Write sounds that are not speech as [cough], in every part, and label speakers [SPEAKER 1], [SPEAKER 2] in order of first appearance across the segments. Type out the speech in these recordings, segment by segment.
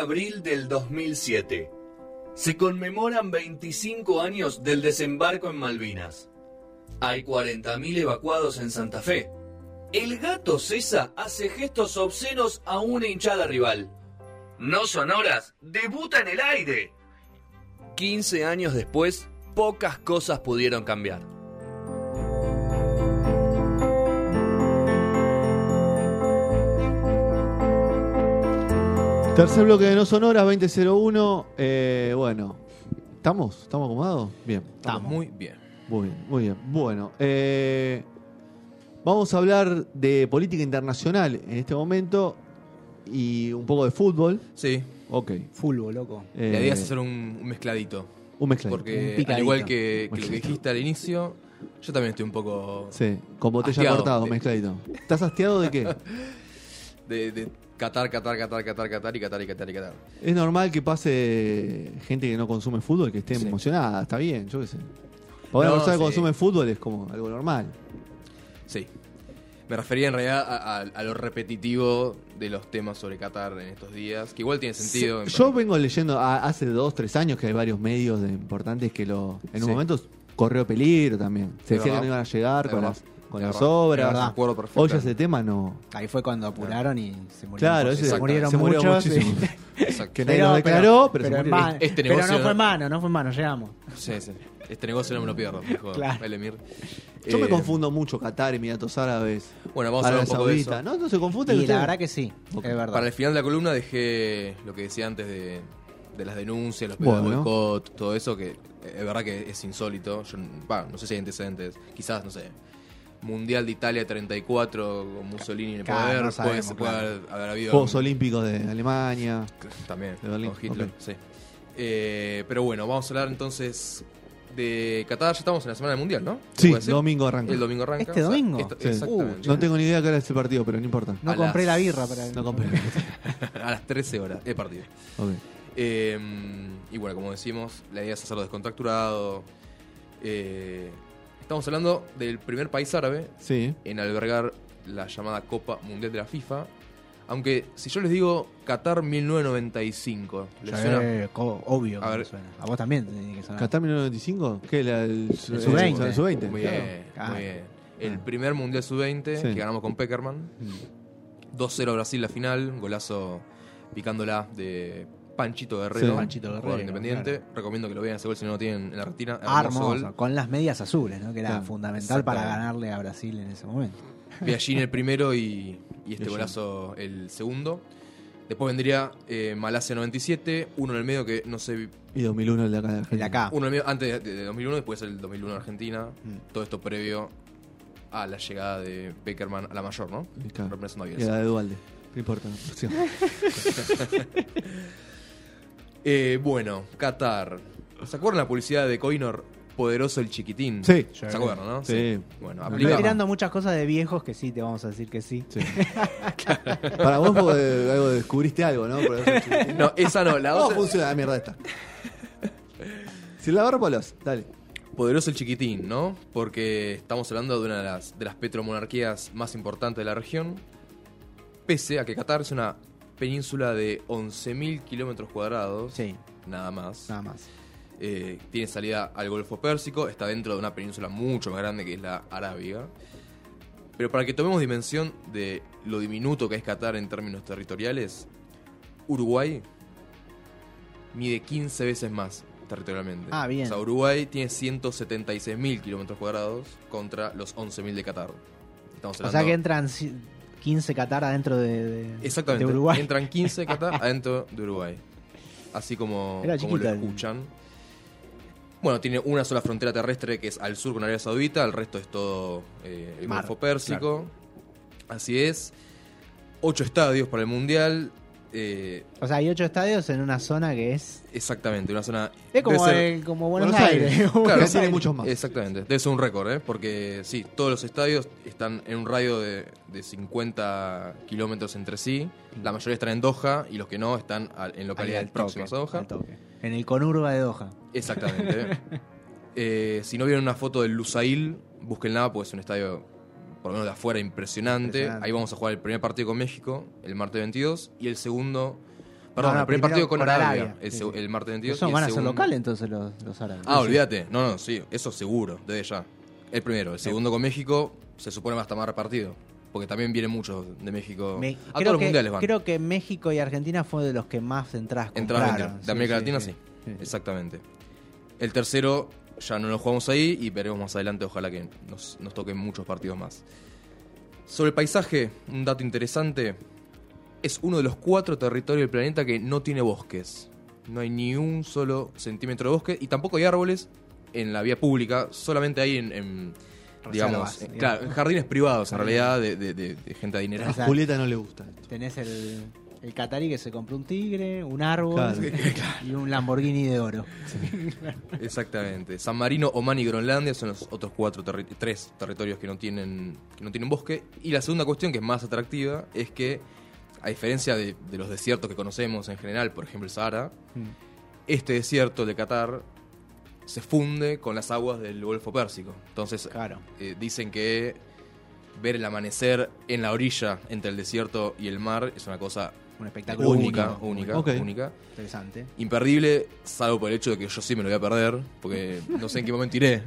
[SPEAKER 1] abril del 2007. Se conmemoran 25 años del desembarco en Malvinas. Hay 40.000 evacuados en Santa Fe. El gato César hace gestos obscenos a una hinchada rival. No sonoras, debuta en el aire. 15 años después, pocas cosas pudieron cambiar.
[SPEAKER 2] Tercer bloque de No Sonoras, 2001. Eh, bueno, ¿estamos? ¿Estamos acomodados? Bien.
[SPEAKER 3] Está muy bien.
[SPEAKER 2] Muy bien, muy bien. Bueno, eh, vamos a hablar de política internacional en este momento y un poco de fútbol.
[SPEAKER 3] Sí.
[SPEAKER 2] Ok.
[SPEAKER 4] Fulbo, loco.
[SPEAKER 2] Eh,
[SPEAKER 3] La idea es hacer un, un mezcladito.
[SPEAKER 2] un mezclado.
[SPEAKER 4] Un
[SPEAKER 3] Porque
[SPEAKER 4] picadito.
[SPEAKER 3] al igual que, que lo que
[SPEAKER 2] Mezcladito.
[SPEAKER 3] dijiste al inicio, yo también estoy un poco
[SPEAKER 2] Sí, con botella
[SPEAKER 3] Hastiado.
[SPEAKER 2] cortada,
[SPEAKER 3] Sí.
[SPEAKER 2] mezcladito. ¿Estás hastiado de
[SPEAKER 3] [laughs]
[SPEAKER 2] qué?
[SPEAKER 3] de, de Qatar, Qatar, Qatar, Qatar, Qatar y Qatar y Qatar y Qatar.
[SPEAKER 2] Es normal que pase gente que no consume fútbol, que esté
[SPEAKER 3] Sí.
[SPEAKER 2] emocionada, está bien, yo qué sé. Para una
[SPEAKER 3] No,
[SPEAKER 2] persona que
[SPEAKER 3] sí.
[SPEAKER 2] consume fútbol es como algo normal.
[SPEAKER 3] Sí. Me refería en realidad a, a- a lo repetitivo de los temas sobre Qatar en estos días, que igual tiene sentido. en
[SPEAKER 2] Yo vengo leyendo a- hace dos, tres años que hay varios medios de- importantes que lo. En un
[SPEAKER 3] Sí.
[SPEAKER 2] momento corrió peligro también. Se
[SPEAKER 3] Es
[SPEAKER 2] decía que
[SPEAKER 3] verdad.
[SPEAKER 2] no iban a llegar
[SPEAKER 3] Es
[SPEAKER 2] con
[SPEAKER 3] verdad.
[SPEAKER 2] las, con
[SPEAKER 3] Es
[SPEAKER 2] las
[SPEAKER 3] verdad.
[SPEAKER 2] obras.
[SPEAKER 4] Es
[SPEAKER 3] Me
[SPEAKER 4] verdad.
[SPEAKER 3] acuerdo perfecto.
[SPEAKER 2] Hoy ese tema no.
[SPEAKER 4] Ahí fue cuando apuraron y se murieron.
[SPEAKER 2] Claro,
[SPEAKER 4] muchos.
[SPEAKER 2] ese-
[SPEAKER 4] se murieron
[SPEAKER 2] se murió
[SPEAKER 4] muchos.
[SPEAKER 2] muchísimo.
[SPEAKER 4] sí.
[SPEAKER 3] Exacto.
[SPEAKER 2] Que [laughs] nadie lo declaró, pero, se
[SPEAKER 4] en
[SPEAKER 2] murió.
[SPEAKER 4] vano.
[SPEAKER 3] Este
[SPEAKER 4] Pero
[SPEAKER 3] negocio-
[SPEAKER 4] no fue en mano, no fue en mano, llegamos.
[SPEAKER 3] Sí, sí. Este negocio no me lo pierdo, dijo
[SPEAKER 4] Claro.
[SPEAKER 3] el Emir.
[SPEAKER 2] Yo me
[SPEAKER 3] Eh,
[SPEAKER 2] confundo mucho Qatar, Emiratos Árabes,
[SPEAKER 3] Bueno, vamos a hablar
[SPEAKER 2] Arabia
[SPEAKER 3] un poco de eso.
[SPEAKER 2] Saudita. No, no se confunden.
[SPEAKER 4] Y la
[SPEAKER 2] ustedes.
[SPEAKER 4] verdad que sí,
[SPEAKER 2] Ok.
[SPEAKER 4] es verdad.
[SPEAKER 3] Para el final de la columna dejé lo que decía antes de, de las denuncias, los pedidos de
[SPEAKER 2] Bueno.
[SPEAKER 3] boicot, todo eso, que eh, es verdad que es insólito. Yo, bah, no sé si hay antecedentes, quizás, no sé. Mundial de Italia 34 con Mussolini en el
[SPEAKER 4] Claro,
[SPEAKER 3] poder,
[SPEAKER 4] no sabemos,
[SPEAKER 3] puede, puede
[SPEAKER 4] claro.
[SPEAKER 3] haber, haber habido
[SPEAKER 2] Juegos
[SPEAKER 3] algún-
[SPEAKER 2] Olímpicos de Alemania.
[SPEAKER 3] también
[SPEAKER 2] de Berlín,
[SPEAKER 3] con Hitler,
[SPEAKER 2] ok.
[SPEAKER 3] sí. Eh, pero bueno, vamos a hablar entonces de Qatar. Ya estamos en la semana del mundial, ¿no? ¿Se
[SPEAKER 2] Sí,
[SPEAKER 3] puede decir?
[SPEAKER 2] domingo arranca.
[SPEAKER 3] El domingo arranca.
[SPEAKER 4] ¿Este domingo?
[SPEAKER 3] esto-
[SPEAKER 2] Sí. Uh,
[SPEAKER 3] exactamente.
[SPEAKER 2] No tengo ni idea qué hora es el partido, pero no importa.
[SPEAKER 4] no
[SPEAKER 3] a
[SPEAKER 4] compré
[SPEAKER 3] las-
[SPEAKER 4] la birra para
[SPEAKER 2] No compré.
[SPEAKER 3] [laughs] a las 13 horas, he partido.
[SPEAKER 2] [laughs] Ok.
[SPEAKER 3] Eh, y bueno, como decimos, la idea es hacerlo descontracturado. Eh, estamos hablando del primer país árabe
[SPEAKER 2] Sí.
[SPEAKER 3] en albergar la llamada Copa Mundial de la FIFA. Aunque si yo les digo Qatar 1995, ¿les
[SPEAKER 4] Sí,
[SPEAKER 3] suena?
[SPEAKER 4] eh, co- obvio.
[SPEAKER 3] A
[SPEAKER 4] A,
[SPEAKER 3] ver.
[SPEAKER 4] suena. a vos también te tiene que sonar.
[SPEAKER 2] ¿Qatar 1995? ¿Qué? La, el,
[SPEAKER 4] sub-veinte.
[SPEAKER 2] el sub-veinte,
[SPEAKER 3] Muy
[SPEAKER 2] claro.
[SPEAKER 3] bien,
[SPEAKER 4] Claro. Ah.
[SPEAKER 3] muy bien. El primer Mundial Sub-20
[SPEAKER 2] Sí.
[SPEAKER 3] que ganamos con Peckerman. 2-0 Brasil la final, un golazo picándola de Panchito Guerrero.
[SPEAKER 2] Sí.
[SPEAKER 4] Panchito Guerrero, Ah,
[SPEAKER 3] jugador independiente. Recomiendo que lo vean ese gol si no lo tienen en la retina. Hermoso
[SPEAKER 4] Hermoso,
[SPEAKER 3] gol.
[SPEAKER 4] con las medias azules, ¿no? Que era
[SPEAKER 2] Claro,
[SPEAKER 4] fundamental para
[SPEAKER 3] exactamente.
[SPEAKER 4] ganarle a Brasil en ese momento.
[SPEAKER 3] Biagini el primero y, y este
[SPEAKER 2] Biagini.
[SPEAKER 3] golazo el segundo. Después vendría eh, Malasia 97, uno en el medio que no sé,
[SPEAKER 2] Y 2001 el de acá de
[SPEAKER 4] El de
[SPEAKER 2] Argentina.
[SPEAKER 4] acá.
[SPEAKER 3] uno en el medio antes de, de 2001, después el 2001 Argentina.
[SPEAKER 2] Mm.
[SPEAKER 3] Todo esto previo a la llegada de Peckerman a la mayor, ¿no?
[SPEAKER 2] Claro.
[SPEAKER 3] Reemplazando a
[SPEAKER 2] Y
[SPEAKER 3] Bielsa.
[SPEAKER 2] la de Dualde. No importa. Sí.
[SPEAKER 4] [laughs]
[SPEAKER 3] Eh, bueno, Qatar. ¿Se acuerdan la publicidad de Coinor? Poderoso el chiquitín.
[SPEAKER 2] Sí.
[SPEAKER 3] ¿Se acuerdan, no?
[SPEAKER 2] Sí.
[SPEAKER 3] Bueno,
[SPEAKER 2] No,
[SPEAKER 4] Estoy
[SPEAKER 3] aplica.
[SPEAKER 4] tirando muchas cosas de viejos que sí, te vamos a decir que sí.
[SPEAKER 2] Sí. [laughs] Para vos fue de- algo, descubriste algo, ¿no? Por eso-
[SPEAKER 4] [laughs]
[SPEAKER 3] No, esa no, la
[SPEAKER 2] ¿Cómo
[SPEAKER 3] otra.
[SPEAKER 2] funciona la mierda esta? Sin lavar palos, dale.
[SPEAKER 3] Poderoso el chiquitín, ¿no? Porque estamos hablando de una de las, de las petromonarquías más importantes de la región. Pese a que Qatar es una península de 11.000 kilómetros cuadrados,
[SPEAKER 4] Sí,
[SPEAKER 3] nada más.
[SPEAKER 4] nada más.
[SPEAKER 3] Eh, tiene salida al Golfo Pérsico, está dentro de una península mucho más grande que es la Arábiga. Pero para que tomemos dimensión de lo diminuto que es Qatar en términos territoriales, Uruguay mide 15 veces más territorialmente.
[SPEAKER 4] Ah, bien.
[SPEAKER 3] O sea, Uruguay tiene 176.000 kilómetros cuadrados contra los 11.000 de Qatar. Estamos
[SPEAKER 4] O
[SPEAKER 3] hablando...
[SPEAKER 4] sea que entran ci- 15 Qatar adentro de, de-
[SPEAKER 3] Exactamente.
[SPEAKER 4] de Uruguay.
[SPEAKER 3] Entran 15 de
[SPEAKER 4] [laughs]
[SPEAKER 3] Qatar adentro de Uruguay. Así como,
[SPEAKER 4] Era
[SPEAKER 3] como lo
[SPEAKER 4] chiquita el-
[SPEAKER 3] escuchan. Bueno, tiene una sola frontera terrestre que es al sur con Arabia Saudita, el resto es todo eh, el
[SPEAKER 4] Mar,
[SPEAKER 3] Golfo Pérsico. Así es. Ocho estadios para el Mundial. eh,
[SPEAKER 4] O sea, hay ocho estadios en una zona que es.
[SPEAKER 3] exactamente, una zona...
[SPEAKER 4] Es como,
[SPEAKER 3] debe ser-
[SPEAKER 4] el- [laughs] como Buenos,
[SPEAKER 2] Buenos
[SPEAKER 4] Aires.
[SPEAKER 2] Aires.
[SPEAKER 4] Buenos
[SPEAKER 3] Claro,
[SPEAKER 2] Pero
[SPEAKER 4] Aires.
[SPEAKER 2] tiene muchos más.
[SPEAKER 3] Exactamente, debe ser un récord, ¿eh? porque sí, todos los estadios están en un radio de, de 50 kilómetros entre sí. La mayoría están en Doha y los que no están al- en
[SPEAKER 4] Ahí
[SPEAKER 3] localidades
[SPEAKER 4] al
[SPEAKER 3] próximas a
[SPEAKER 4] toque,
[SPEAKER 3] Doha.
[SPEAKER 4] al toque. En el conurba de Doha. [laughs]
[SPEAKER 3] Exactamente. Eh, si no vieron una foto del Lusail, búsquenla, porque es un estadio, por lo menos de afuera, impresionante.
[SPEAKER 4] Impresionante.
[SPEAKER 3] Ahí vamos a jugar el primer partido con México, el martes 22, y el segundo Perdón,
[SPEAKER 4] No, no,
[SPEAKER 3] el primer
[SPEAKER 4] primero
[SPEAKER 3] partido con,
[SPEAKER 4] con
[SPEAKER 3] Arabia,
[SPEAKER 4] Arabia.
[SPEAKER 3] el,
[SPEAKER 4] Sí,
[SPEAKER 3] seg-
[SPEAKER 4] sí.
[SPEAKER 3] el martes 22.
[SPEAKER 4] Eso
[SPEAKER 3] y el
[SPEAKER 4] Pues van a ser
[SPEAKER 3] segundo-
[SPEAKER 4] locales entonces los, los árabes.
[SPEAKER 3] Ah,
[SPEAKER 4] Sí, sí.
[SPEAKER 3] olvídate. No, no, sí, eso seguro, desde ya. El primero, el segundo con México, se supone va a estar más repartido. Porque también vienen muchos de México.
[SPEAKER 4] Me-
[SPEAKER 3] a todos los
[SPEAKER 4] que,
[SPEAKER 3] mundiales van.
[SPEAKER 4] Creo que México y Argentina fue de los que más entradas
[SPEAKER 3] Entradas
[SPEAKER 4] compraron.
[SPEAKER 3] vendieron. De América Latina, sí. Exactamente. El tercero ya no lo jugamos ahí y veremos más adelante. Ojalá que nos, nos toquen muchos partidos más. Sobre el paisaje, un dato interesante. Es uno de los cuatro territorios del planeta que no tiene bosques. No hay ni un solo centímetro de bosque y tampoco hay árboles en la vía pública. Solamente hay en, en, digamos,
[SPEAKER 4] Reservas,
[SPEAKER 3] en-
[SPEAKER 4] digamos.
[SPEAKER 3] claro, en jardines privados en
[SPEAKER 4] Jardines.
[SPEAKER 3] realidad de, de- de- de gente adinerada.
[SPEAKER 2] A
[SPEAKER 4] Exacto.
[SPEAKER 2] Julieta no le gusta esto.
[SPEAKER 4] Tenés el, el catarí que se compró un tigre, un árbol
[SPEAKER 2] Claro.
[SPEAKER 4] [laughs] y un Lamborghini
[SPEAKER 3] [laughs]
[SPEAKER 4] de oro.
[SPEAKER 3] Exactamente. San Marino, Oman y Groenlandia son los otros cuatro terri- tres territorios que no tienen que no tienen bosque. Y la segunda cuestión que es más atractiva es que a diferencia de, de los desiertos que conocemos en general, por ejemplo el Sahara, este desierto de Qatar se funde con las aguas del Golfo Pérsico. Entonces
[SPEAKER 4] Claro.
[SPEAKER 3] eh, dicen que ver el amanecer en la orilla entre el desierto y el mar es una cosa
[SPEAKER 4] Un espectáculo
[SPEAKER 3] única,
[SPEAKER 4] único,
[SPEAKER 3] única,
[SPEAKER 2] Ok.
[SPEAKER 3] única
[SPEAKER 4] Interesante.
[SPEAKER 3] imperdible, salvo por el hecho de que yo sí me lo voy a perder, porque no sé en qué
[SPEAKER 2] [laughs]
[SPEAKER 3] momento iré.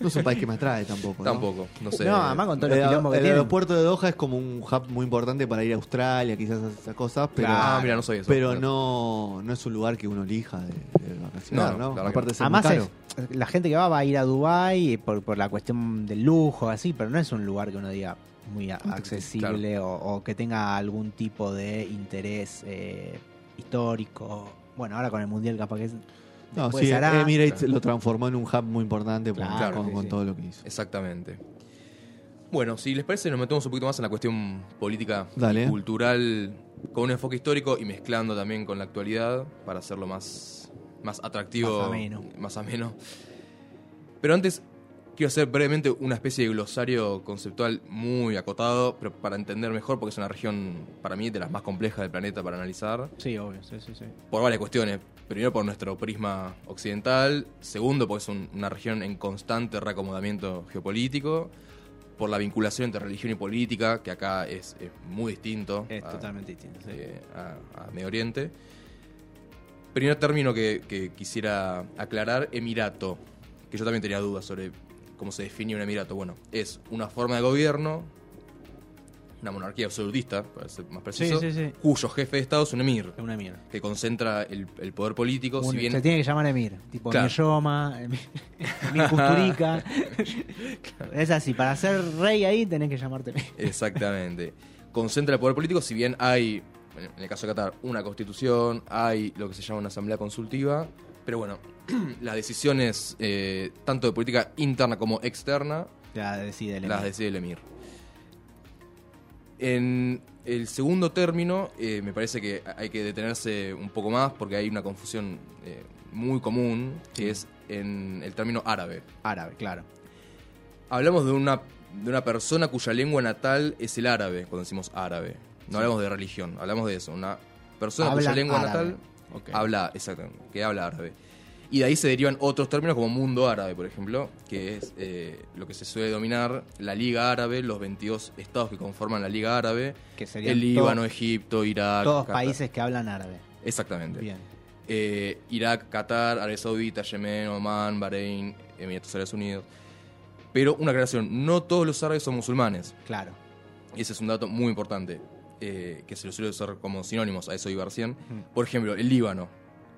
[SPEAKER 2] No es un país que me atrae tampoco. ¿no?
[SPEAKER 3] Tampoco, no sé.
[SPEAKER 4] No, además con todo
[SPEAKER 2] El,
[SPEAKER 4] el quilombo que
[SPEAKER 2] el
[SPEAKER 4] tienen.
[SPEAKER 2] aeropuerto de Doha es como un hub muy importante para ir a Australia, quizás esas cosas, pero,
[SPEAKER 3] Ah, mira, no sabía eso.
[SPEAKER 2] pero no, no es un lugar que uno elija de, de vacacionar,
[SPEAKER 3] No, no,
[SPEAKER 2] ¿no?
[SPEAKER 3] la verdad
[SPEAKER 2] Aparte
[SPEAKER 3] que
[SPEAKER 2] de ser muy
[SPEAKER 4] Además,
[SPEAKER 2] caro.
[SPEAKER 4] es- la gente que va va a ir a Dubái eh, por, por la cuestión del lujo, así, pero no es un lugar que uno diga muy a- accesible o, o que tenga algún tipo de interés eh, histórico. Bueno, ahora con el Mundial capaz que... es-
[SPEAKER 2] No,
[SPEAKER 4] después
[SPEAKER 2] sí,
[SPEAKER 4] hará-
[SPEAKER 2] Emirates
[SPEAKER 3] Claro.
[SPEAKER 2] lo transformó en un hub muy importante por-
[SPEAKER 4] Claro,
[SPEAKER 2] con,
[SPEAKER 4] sí,
[SPEAKER 2] con
[SPEAKER 4] sí.
[SPEAKER 2] todo lo que hizo.
[SPEAKER 3] Exactamente. Bueno, si les parece, nos metemos un poquito más en la cuestión política y
[SPEAKER 2] Dale.
[SPEAKER 3] cultural, con un enfoque histórico y mezclando también con la actualidad para hacerlo más, más atractivo.
[SPEAKER 4] Más ameno.
[SPEAKER 3] más ameno. Pero antes, quiero hacer brevemente una especie de glosario conceptual muy acotado, pero para entender mejor, porque es una región, para mí, de las más complejas del planeta para analizar.
[SPEAKER 4] Sí, obvio, sí, sí, sí.
[SPEAKER 3] por varias cuestiones. Primero por nuestro prisma occidental, segundo porque es un- una región en constante reacomodamiento geopolítico, por la vinculación entre religión y política, que acá es, es muy distinto
[SPEAKER 4] Es
[SPEAKER 3] a-
[SPEAKER 4] totalmente distinto. sí.
[SPEAKER 3] eh, a, a Medio Oriente. Primer término que, que quisiera aclarar, emirato, que yo también tenía dudas sobre cómo se define un emirato. Bueno, es una forma de gobierno, una monarquía absolutista, para ser más preciso,
[SPEAKER 4] sí, sí.
[SPEAKER 3] cuyo jefe de Estado es un emir
[SPEAKER 4] Es una mierda.
[SPEAKER 3] que concentra el, el poder político,
[SPEAKER 4] Un-
[SPEAKER 3] si bien
[SPEAKER 4] Se tiene que llamar Emir, tipo
[SPEAKER 3] Claro.
[SPEAKER 4] Emir Yoma,
[SPEAKER 3] [laughs]
[SPEAKER 4] Emir Emir Kusturica. Es así, para ser rey ahí tenés que llamarte Emir.
[SPEAKER 3] exactamente concentra el poder político, si bien hay en en el caso de Qatar una constitución, hay lo que se llama una asamblea consultiva, pero bueno, [clears throat] las decisiones eh, tanto de política interna como externa
[SPEAKER 4] Ya decide el
[SPEAKER 3] las
[SPEAKER 4] emir.
[SPEAKER 3] decide el emir. En el segundo término, eh, me parece que hay que detenerse un poco más porque hay una confusión eh, muy común que es en el término árabe.
[SPEAKER 4] Árabe, claro.
[SPEAKER 3] Hablamos de una, de una persona cuya lengua natal es el árabe, cuando decimos árabe. No hablamos de religión, hablamos de eso. Una persona
[SPEAKER 4] Habla
[SPEAKER 3] cuya lengua
[SPEAKER 4] árabe.
[SPEAKER 3] natal
[SPEAKER 4] Ok.
[SPEAKER 3] habla, exactamente, que habla árabe. Y de ahí se derivan otros términos como mundo árabe, por ejemplo, que es eh, lo que se suele denominar la Liga Árabe, los 22 estados que conforman la Liga Árabe,
[SPEAKER 4] Que serían
[SPEAKER 3] el Líbano,
[SPEAKER 4] todos-
[SPEAKER 3] Egipto, Irak.
[SPEAKER 4] todos
[SPEAKER 3] Qatar.
[SPEAKER 4] países que hablan árabe.
[SPEAKER 3] Exactamente.
[SPEAKER 4] Bien.
[SPEAKER 3] Eh, Irak, Qatar, Arabia Saudita, Yemen, Oman, Bahrein, Emiratos Árabes Unidos. Pero una aclaración, no todos los árabes son musulmanes.
[SPEAKER 4] Claro.
[SPEAKER 3] Ese es un dato muy importante, eh, que se lo suele usar como sinónimos, a eso iba recién. Por ejemplo, el Líbano.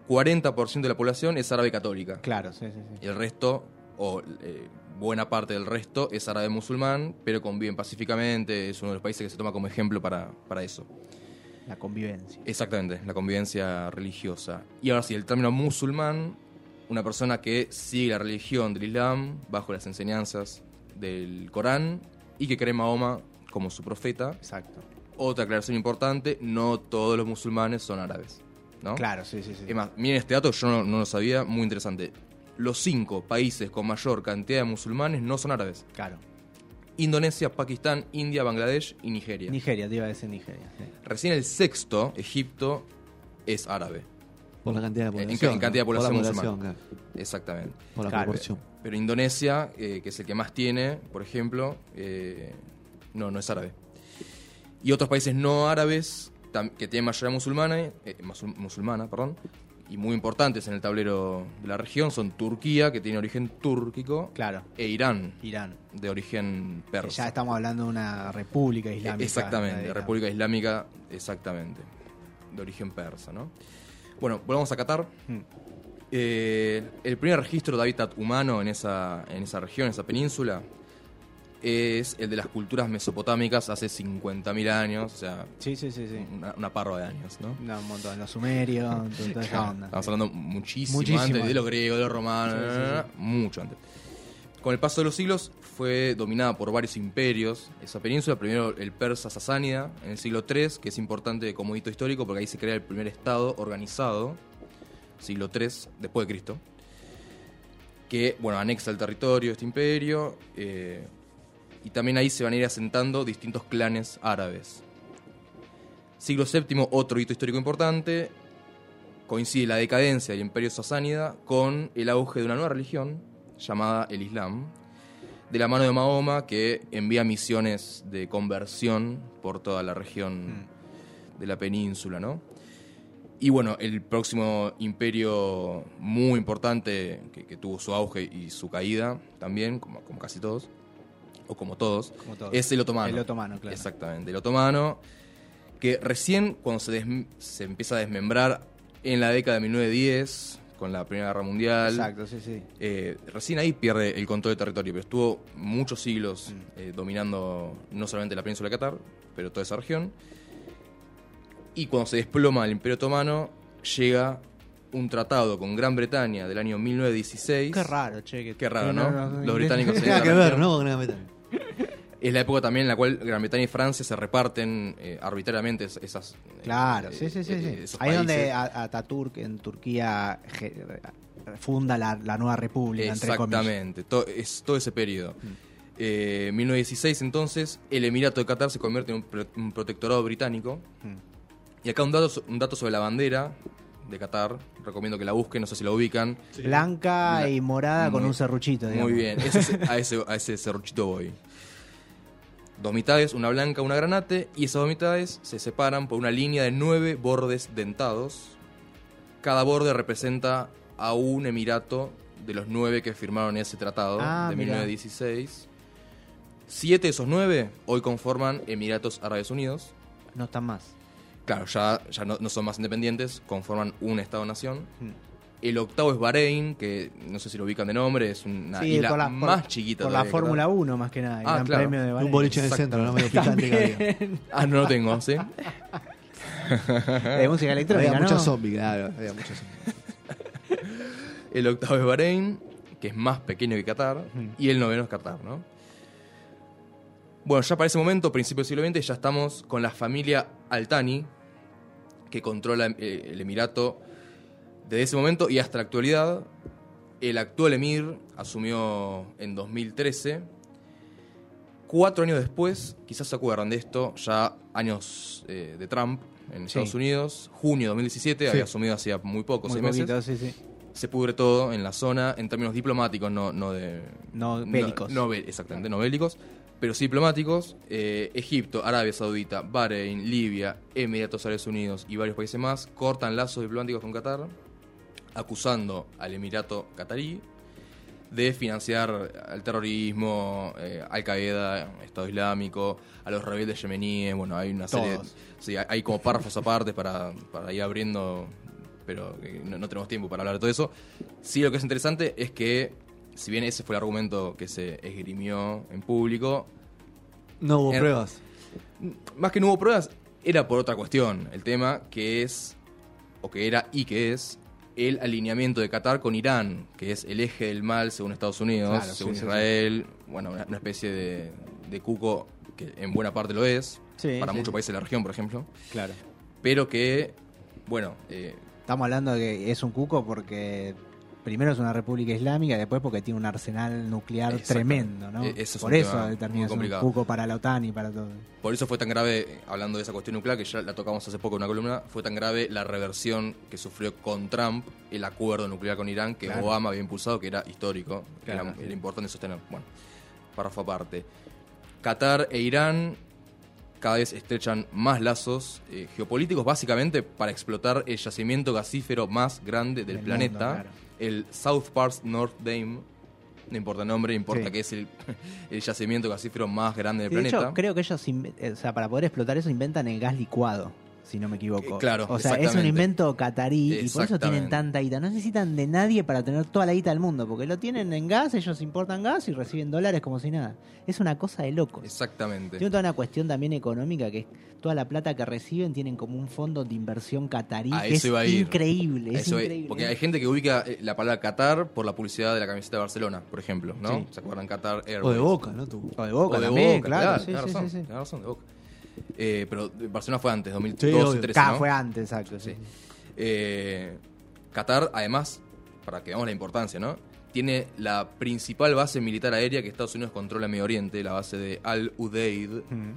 [SPEAKER 3] 40% de la población es árabe católica.
[SPEAKER 4] Claro, sí, sí, sí.
[SPEAKER 3] El resto, o eh, buena parte del resto, es árabe musulmán, pero conviven pacíficamente. Es uno de los países que se toma como ejemplo para, para eso.
[SPEAKER 4] La convivencia.
[SPEAKER 3] Exactamente, la convivencia religiosa. Y ahora sí, el término musulmán, una persona que sigue la religión del Islam bajo las enseñanzas del Corán y que cree en Mahoma como su profeta.
[SPEAKER 4] Exacto.
[SPEAKER 3] Otra aclaración importante, no todos los musulmanes son árabes, ¿no?
[SPEAKER 4] Claro, sí, sí, sí.
[SPEAKER 3] Es más, miren este dato, yo no, no lo sabía, muy interesante. Los cinco países con mayor cantidad de musulmanes no son árabes.
[SPEAKER 4] Claro.
[SPEAKER 3] Indonesia, Pakistán, India, Bangladesh y Nigeria.
[SPEAKER 4] Nigeria, te iba a decir Nigeria. sí.
[SPEAKER 3] Recién el sexto, Egipto, es árabe.
[SPEAKER 2] Por la cantidad de
[SPEAKER 3] En- en
[SPEAKER 2] población.
[SPEAKER 3] cantidad de
[SPEAKER 2] ¿no?
[SPEAKER 3] población
[SPEAKER 2] Por la
[SPEAKER 3] musulmana.
[SPEAKER 2] población, claro.
[SPEAKER 3] Exactamente.
[SPEAKER 2] Por la
[SPEAKER 4] Claro.
[SPEAKER 2] proporción.
[SPEAKER 3] Pero Indonesia, eh, que es el que más tiene, por ejemplo, eh, no, no es árabe. Y otros países no árabes tam- que tienen mayoría musulmana, eh, musul- musulmana perdón, y muy importantes en el tablero de la región son Turquía, que tiene origen túrquico,
[SPEAKER 4] Claro,
[SPEAKER 3] e Irán,
[SPEAKER 4] Irán.
[SPEAKER 3] de origen
[SPEAKER 4] Que
[SPEAKER 3] persa.
[SPEAKER 4] Ya estamos hablando de una república islámica.
[SPEAKER 3] Exactamente,
[SPEAKER 4] Ahí
[SPEAKER 3] la
[SPEAKER 4] está.
[SPEAKER 3] República Islámica, exactamente. De origen persa, ¿no? Bueno, volvamos a Qatar.
[SPEAKER 4] Mm.
[SPEAKER 3] Eh, el primer registro de hábitat humano en esa, en esa región, en esa península, es el de las culturas mesopotámicas hace 50.000 años, o sea,
[SPEAKER 4] Sí, sí, sí, sí.
[SPEAKER 3] una, una parva de años, ¿no?
[SPEAKER 4] No, un montón.
[SPEAKER 3] [laughs]
[SPEAKER 4] Los sumerios, todo- toda esa onda.
[SPEAKER 3] Estamos hablando muchísimo,
[SPEAKER 4] Muchísimo
[SPEAKER 3] antes de
[SPEAKER 4] antes.
[SPEAKER 3] lo griego, de lo romano,
[SPEAKER 4] Sí, sí,
[SPEAKER 3] mucho antes. Con el paso de los siglos fue dominada por varios imperios esa península. Primero el persa sasánida en el siglo III, que es importante como hito histórico porque ahí se crea el primer estado organizado, siglo III después de Cristo, que bueno anexa el territorio de este imperio eh, y también ahí se van a ir asentando distintos clanes árabes. Siglo VII, otro hito histórico importante, coincide la decadencia del imperio sasánida con el auge de una nueva religión llamada el Islam, de la mano de Mahoma que envía misiones de conversión por toda la región de la península, ¿no? Y bueno, el próximo imperio muy importante que, que tuvo su auge y su caída también, como, como casi todos, o como todos,
[SPEAKER 4] Como todo.
[SPEAKER 3] es el otomano.
[SPEAKER 4] El otomano, claro.
[SPEAKER 3] Exactamente, el otomano, que recién cuando se, desm- se empieza a desmembrar en la década de 1910, con la Primera Guerra Mundial,
[SPEAKER 4] Exacto, sí, sí.
[SPEAKER 3] eh, recién ahí pierde el control de territorio, pero estuvo muchos siglos
[SPEAKER 4] Mm.
[SPEAKER 3] eh, dominando no solamente la península de Qatar, pero toda esa región. Y cuando se desploma el Imperio Otomano, llega un tratado con Gran Bretaña del año 1916.
[SPEAKER 4] Qué raro, che. que-
[SPEAKER 3] Qué raro, ¿no? Los
[SPEAKER 4] inglés-
[SPEAKER 3] británicos se-
[SPEAKER 2] Nada que ver, ¿no? Con la metal.
[SPEAKER 3] Es la época también en la cual Gran Bretaña y Francia se reparten eh, arbitrariamente es- esas. eh,
[SPEAKER 4] Claro,
[SPEAKER 3] eh,
[SPEAKER 4] sí, sí, sí.
[SPEAKER 3] eh,
[SPEAKER 4] sí.
[SPEAKER 3] esos
[SPEAKER 4] Ahí es donde
[SPEAKER 3] países.
[SPEAKER 4] A- Ataturk en Turquía ge- funda la, la nueva república, entre comillas. Mm.
[SPEAKER 3] Exactamente, to- es todo ese periodo. Eh, 1916 entonces, el Emirato de Qatar se convierte en un, pro- un protectorado británico.
[SPEAKER 4] Mm.
[SPEAKER 3] Y acá un dato, so- un dato sobre la bandera de Qatar, recomiendo que la busquen, no sé si la ubican.
[SPEAKER 4] Blanca
[SPEAKER 3] Bla-
[SPEAKER 4] y morada con
[SPEAKER 3] Muy-
[SPEAKER 4] un serruchito, digamos.
[SPEAKER 3] Muy bien, ese es- a, ese, a ese serruchito voy. Dos mitades, una blanca, una granate, y esas dos mitades se separan por una línea de nueve bordes dentados. Cada borde representa a un emirato de los nueve que firmaron ese tratado
[SPEAKER 4] Ah,
[SPEAKER 3] de
[SPEAKER 4] mirá.
[SPEAKER 3] 1916. Siete de esos nueve hoy conforman Emiratos Árabes Unidos.
[SPEAKER 4] No están más.
[SPEAKER 3] Claro, ya, ya no, no son más independientes, conforman un Estado-nación.
[SPEAKER 4] Mm.
[SPEAKER 3] El octavo es Bahrein, que no sé si lo ubican de nombre, es una
[SPEAKER 4] Sí,
[SPEAKER 3] isla
[SPEAKER 4] por la- por-
[SPEAKER 3] Ah, más chiquita.
[SPEAKER 4] Por la
[SPEAKER 3] todavía que
[SPEAKER 4] Fórmula
[SPEAKER 3] tal.
[SPEAKER 4] 1, más que nada. el
[SPEAKER 3] Ah,
[SPEAKER 4] gran
[SPEAKER 3] claro.
[SPEAKER 4] premio de
[SPEAKER 2] Un
[SPEAKER 4] Bahrein.
[SPEAKER 2] boliche en el centro, ¿no? Medio picante que había.
[SPEAKER 3] Ah, no lo tengo,
[SPEAKER 4] [laughs]
[SPEAKER 3] ¿sí?
[SPEAKER 4] De música electrónica,
[SPEAKER 2] Había
[SPEAKER 4] ¿no?
[SPEAKER 2] muchos zombies, claro. Había muchos zombies.
[SPEAKER 3] El octavo es Bahrein, que es más pequeño que Qatar,
[SPEAKER 4] Ujú.
[SPEAKER 3] y el noveno es Qatar, ¿no? Bueno, ya para ese momento, principio del siglo XX, ya estamos con la familia Altani, que controla eh, el Emirato desde ese momento y hasta la actualidad. El actual emir asumió en 2013. Cuatro años después, quizás se acuerdan de esto, ya años eh, de Trump en Estados Unidos, junio de 2017,
[SPEAKER 2] Sí.
[SPEAKER 3] había asumido hacía muy poco,
[SPEAKER 4] Muy
[SPEAKER 3] seis meses
[SPEAKER 4] poquito, sí, sí.
[SPEAKER 3] se pudre todo en la zona en términos diplomáticos, no, no de.
[SPEAKER 4] No bélicos.
[SPEAKER 3] No, bé- exactamente, no bélicos, pero sí diplomáticos. Eh, Egipto, Arabia Saudita, Bahrein, Libia, Emiratos Árabes Unidos y varios países más cortan lazos diplomáticos con Qatar, acusando al Emirato Qatarí de financiar al terrorismo, eh, Al Qaeda, Estado Islámico, a los rebeldes yemeníes. Bueno, hay una serie.
[SPEAKER 4] Todos.
[SPEAKER 3] Sí, hay, hay como párrafos aparte para, para ir abriendo, pero eh, no, no tenemos tiempo para hablar de todo eso. Sí, lo que es interesante es que, si bien ese fue el argumento que se esgrimió en público,
[SPEAKER 2] No hubo
[SPEAKER 3] En-
[SPEAKER 2] pruebas.
[SPEAKER 3] más que no hubo pruebas, era por otra cuestión. El tema que es, o que era y que es, el alineamiento de Qatar con Irán, que es el eje del mal según Estados Unidos,
[SPEAKER 4] Claro,
[SPEAKER 3] según
[SPEAKER 4] sí, sí,
[SPEAKER 3] Israel, bueno, una, una especie de, de cuco que en buena parte lo es,
[SPEAKER 4] Sí,
[SPEAKER 3] para
[SPEAKER 4] sí,
[SPEAKER 3] muchos
[SPEAKER 4] sí.
[SPEAKER 3] países de la región, por ejemplo,
[SPEAKER 4] Claro.
[SPEAKER 3] pero que, bueno, eh,
[SPEAKER 4] Estamos hablando de que es un cuco porque primero es una república islámica y después porque tiene un arsenal nuclear
[SPEAKER 3] Exactamente.
[SPEAKER 4] tremendo, ¿no?
[SPEAKER 3] E- ese es
[SPEAKER 4] Por
[SPEAKER 3] un
[SPEAKER 4] eso
[SPEAKER 3] tema muy
[SPEAKER 4] determina un
[SPEAKER 3] complicado.
[SPEAKER 4] cuco para la OTAN y para todo.
[SPEAKER 3] Por eso fue tan grave, eh, hablando de esa cuestión nuclear, que ya la tocamos hace poco en una columna, fue tan grave la reversión que sufrió con Trump el acuerdo nuclear con Irán que
[SPEAKER 4] Claro.
[SPEAKER 3] Obama había impulsado, que era histórico, que
[SPEAKER 4] Claro,
[SPEAKER 3] era,
[SPEAKER 4] sí.
[SPEAKER 3] era importante sostener. Bueno, párrafo aparte. Qatar e Irán, cada vez estrechan más lazos eh, geopolíticos, básicamente para explotar el yacimiento gasífero más grande del,
[SPEAKER 4] Del
[SPEAKER 3] planeta,
[SPEAKER 4] mundo, claro.
[SPEAKER 3] el South Pars North Dame. No importa el nombre, importa
[SPEAKER 4] Sí.
[SPEAKER 3] que es el, [laughs] el yacimiento gasífero más grande del
[SPEAKER 4] Sí, de
[SPEAKER 3] planeta.
[SPEAKER 4] hecho, creo que ellos, inve- eh, o sea, para poder explotar eso, inventan el gas licuado, si no me equivoco.
[SPEAKER 3] Eh, claro,
[SPEAKER 4] O sea, es un
[SPEAKER 3] exactamente.
[SPEAKER 4] invento catarí y por eso tienen
[SPEAKER 3] Exactamente.
[SPEAKER 4] tanta guita. No necesitan de nadie para tener toda la guita del mundo, porque lo tienen en gas, ellos importan gas y reciben dólares como si nada. Es una cosa de locos.
[SPEAKER 3] Exactamente.
[SPEAKER 4] Tiene toda una cuestión también económica que es toda la plata que reciben tienen como un fondo de inversión catarí
[SPEAKER 3] A
[SPEAKER 4] que es
[SPEAKER 3] eso iba a ir.
[SPEAKER 4] increíble, es
[SPEAKER 3] Eso es,
[SPEAKER 4] increíble.
[SPEAKER 3] porque hay gente que ubica eh, la palabra Qatar por la publicidad de la camiseta de Barcelona, por ejemplo, ¿no?
[SPEAKER 4] Sí.
[SPEAKER 3] ¿Se acuerdan Qatar
[SPEAKER 2] O de
[SPEAKER 3] Airways?
[SPEAKER 2] boca, ¿no? Tú.
[SPEAKER 4] O de Boca
[SPEAKER 3] O de
[SPEAKER 4] también,
[SPEAKER 3] Boca,
[SPEAKER 4] claro, sí,
[SPEAKER 3] tenés
[SPEAKER 4] sí,
[SPEAKER 3] razón,
[SPEAKER 4] sí, sí.
[SPEAKER 3] tenés razón, de Boca. Eh, pero Barcelona fue antes,
[SPEAKER 2] Sí, obvio.
[SPEAKER 3] 2012, 2013,
[SPEAKER 4] Ca-
[SPEAKER 3] ¿no?
[SPEAKER 4] fue antes, exacto. sí.
[SPEAKER 3] Sí. Eh, Qatar, además, para que veamos la importancia, ¿no? Tiene la principal base militar aérea que Estados Unidos controla en Medio Oriente, la base de Al-Udeid.
[SPEAKER 4] Mm.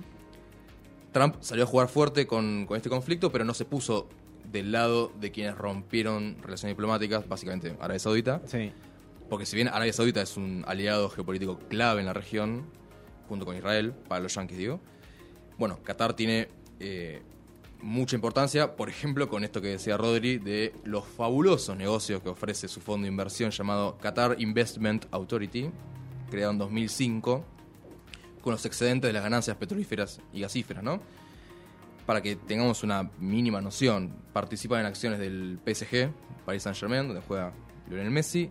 [SPEAKER 3] Trump salió a jugar fuerte con, con este conflicto, pero no se puso del lado de quienes rompieron relaciones diplomáticas, básicamente Arabia Saudita.
[SPEAKER 4] Sí.
[SPEAKER 3] Porque si bien Arabia Saudita es un aliado geopolítico clave en la región, junto con Israel, para los yanquis digo, bueno, Qatar tiene eh, mucha importancia, por ejemplo, con esto que decía Rodri, de los fabulosos negocios que ofrece su fondo de inversión llamado Qatar Investment Authority, creado en 2005, con los excedentes de las ganancias petrolíferas y gasíferas, ¿no? Para que tengamos una mínima noción, participan en acciones del PSG, Paris Saint-Germain, donde juega Lionel Messi,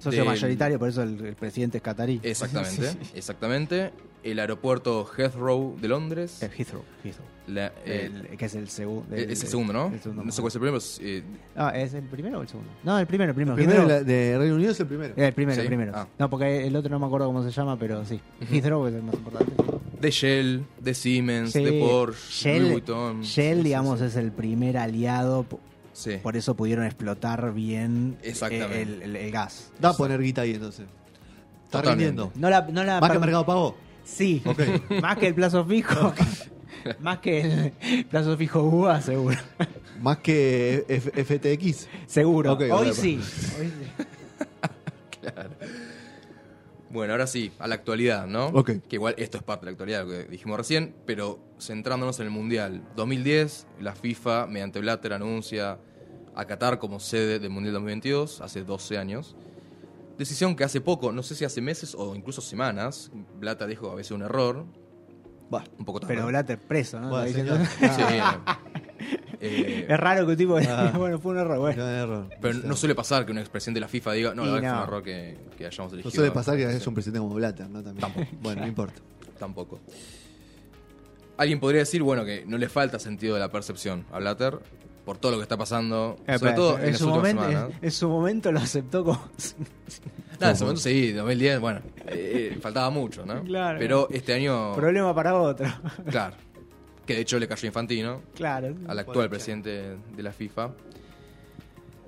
[SPEAKER 4] Socio
[SPEAKER 3] del-
[SPEAKER 4] mayoritario, por eso el, el presidente es catarí. [laughs]
[SPEAKER 3] Exactamente, exactamente. El aeropuerto Heathrow de Londres.
[SPEAKER 4] El Eh, Heathrow. Heathrow.
[SPEAKER 3] la- eh,
[SPEAKER 4] El- que es el segundo.
[SPEAKER 3] es el segundo, ¿no?
[SPEAKER 4] el segundo.
[SPEAKER 3] no sé cuál es el primero. pero es, eh,
[SPEAKER 4] Ah, ¿es el primero o el segundo? No, el primero, el primero. Eh,
[SPEAKER 2] El primero
[SPEAKER 4] Heathrow.
[SPEAKER 2] la- de Reino Unido es el primero.
[SPEAKER 4] El primero, el
[SPEAKER 3] Sí,
[SPEAKER 4] primero.
[SPEAKER 3] ah.
[SPEAKER 4] No, porque el otro no me acuerdo cómo se llama, pero sí. Heathrow es el más importante.
[SPEAKER 3] de Shell, de Siemens,
[SPEAKER 4] Sí,
[SPEAKER 3] de Porsche,
[SPEAKER 4] Shell-
[SPEAKER 3] Louis Vuitton.
[SPEAKER 4] Shell,
[SPEAKER 3] Sí,
[SPEAKER 4] digamos,
[SPEAKER 3] sí,
[SPEAKER 4] es el primer aliado, po-
[SPEAKER 3] sí. Sí.
[SPEAKER 4] por eso pudieron explotar bien eh,
[SPEAKER 3] Exactamente.
[SPEAKER 4] el, el- el gas.
[SPEAKER 2] Da a poner guita ahí entonces. Está
[SPEAKER 3] Totalmente.
[SPEAKER 2] rindiendo.
[SPEAKER 4] No la, no la
[SPEAKER 2] Más que
[SPEAKER 4] per-
[SPEAKER 2] Mercado Pago.
[SPEAKER 3] [laughs]
[SPEAKER 4] Sí, [laughs] más que el plazo fijo. [laughs] más que el plazo fijo UA, seguro. [laughs]
[SPEAKER 2] Más que F- FTX.
[SPEAKER 4] Seguro.
[SPEAKER 2] Ok,
[SPEAKER 4] Hoy
[SPEAKER 2] bueno.
[SPEAKER 4] sí. Hoy sí.
[SPEAKER 3] Bueno, ahora sí, a la actualidad, ¿no?
[SPEAKER 2] Ok.
[SPEAKER 3] Que igual esto es parte de la actualidad, lo que dijimos recién, pero centrándonos en el Mundial. 2010, la FIFA, mediante Blatter, anuncia a Qatar como sede del Mundial 2022, hace 12 años. Decisión que hace poco, no sé si hace meses o incluso semanas, Blatter dijo a veces un error,
[SPEAKER 2] Va.
[SPEAKER 4] Ah,
[SPEAKER 3] un poco tarde.
[SPEAKER 4] Pero Blatter preso, ¿no?
[SPEAKER 2] Bueno,
[SPEAKER 4] Lo dicen
[SPEAKER 2] señor.
[SPEAKER 4] todos.
[SPEAKER 3] Sí. Eh,
[SPEAKER 4] [laughs] Es raro que un tipo diga,
[SPEAKER 2] Ah.
[SPEAKER 4] bueno, fue un error. Bueno,
[SPEAKER 2] No, error.
[SPEAKER 3] pero no suele pasar que un expresidente de la FIFA diga, no, la
[SPEAKER 4] Y
[SPEAKER 3] verdad
[SPEAKER 4] no.
[SPEAKER 3] que fue un error que, que hayamos elegido.
[SPEAKER 2] No suele pasar que
[SPEAKER 3] Sí.
[SPEAKER 2] es un presidente como Blatter, ¿no? También.
[SPEAKER 3] Tampoco.
[SPEAKER 2] Bueno, no importa.
[SPEAKER 3] Tampoco. Alguien podría decir, bueno, que no le falta sentido de la percepción a Blatter por todo lo que está pasando.
[SPEAKER 4] Eh,
[SPEAKER 3] sobre
[SPEAKER 4] pero
[SPEAKER 3] todo en,
[SPEAKER 4] en,
[SPEAKER 3] las
[SPEAKER 4] su
[SPEAKER 3] últimas
[SPEAKER 4] momento, eh. en,
[SPEAKER 3] semanas.
[SPEAKER 4] en su momento lo aceptó como.
[SPEAKER 3] Nada, en su momento sí, 2010, bueno, eh, faltaba mucho, ¿no?
[SPEAKER 4] Claro.
[SPEAKER 3] Pero este año,
[SPEAKER 4] Problema para otro. [laughs]
[SPEAKER 3] claro, que de hecho le cayó Infantino,
[SPEAKER 4] claro.
[SPEAKER 3] al actual presidente de la FIFA.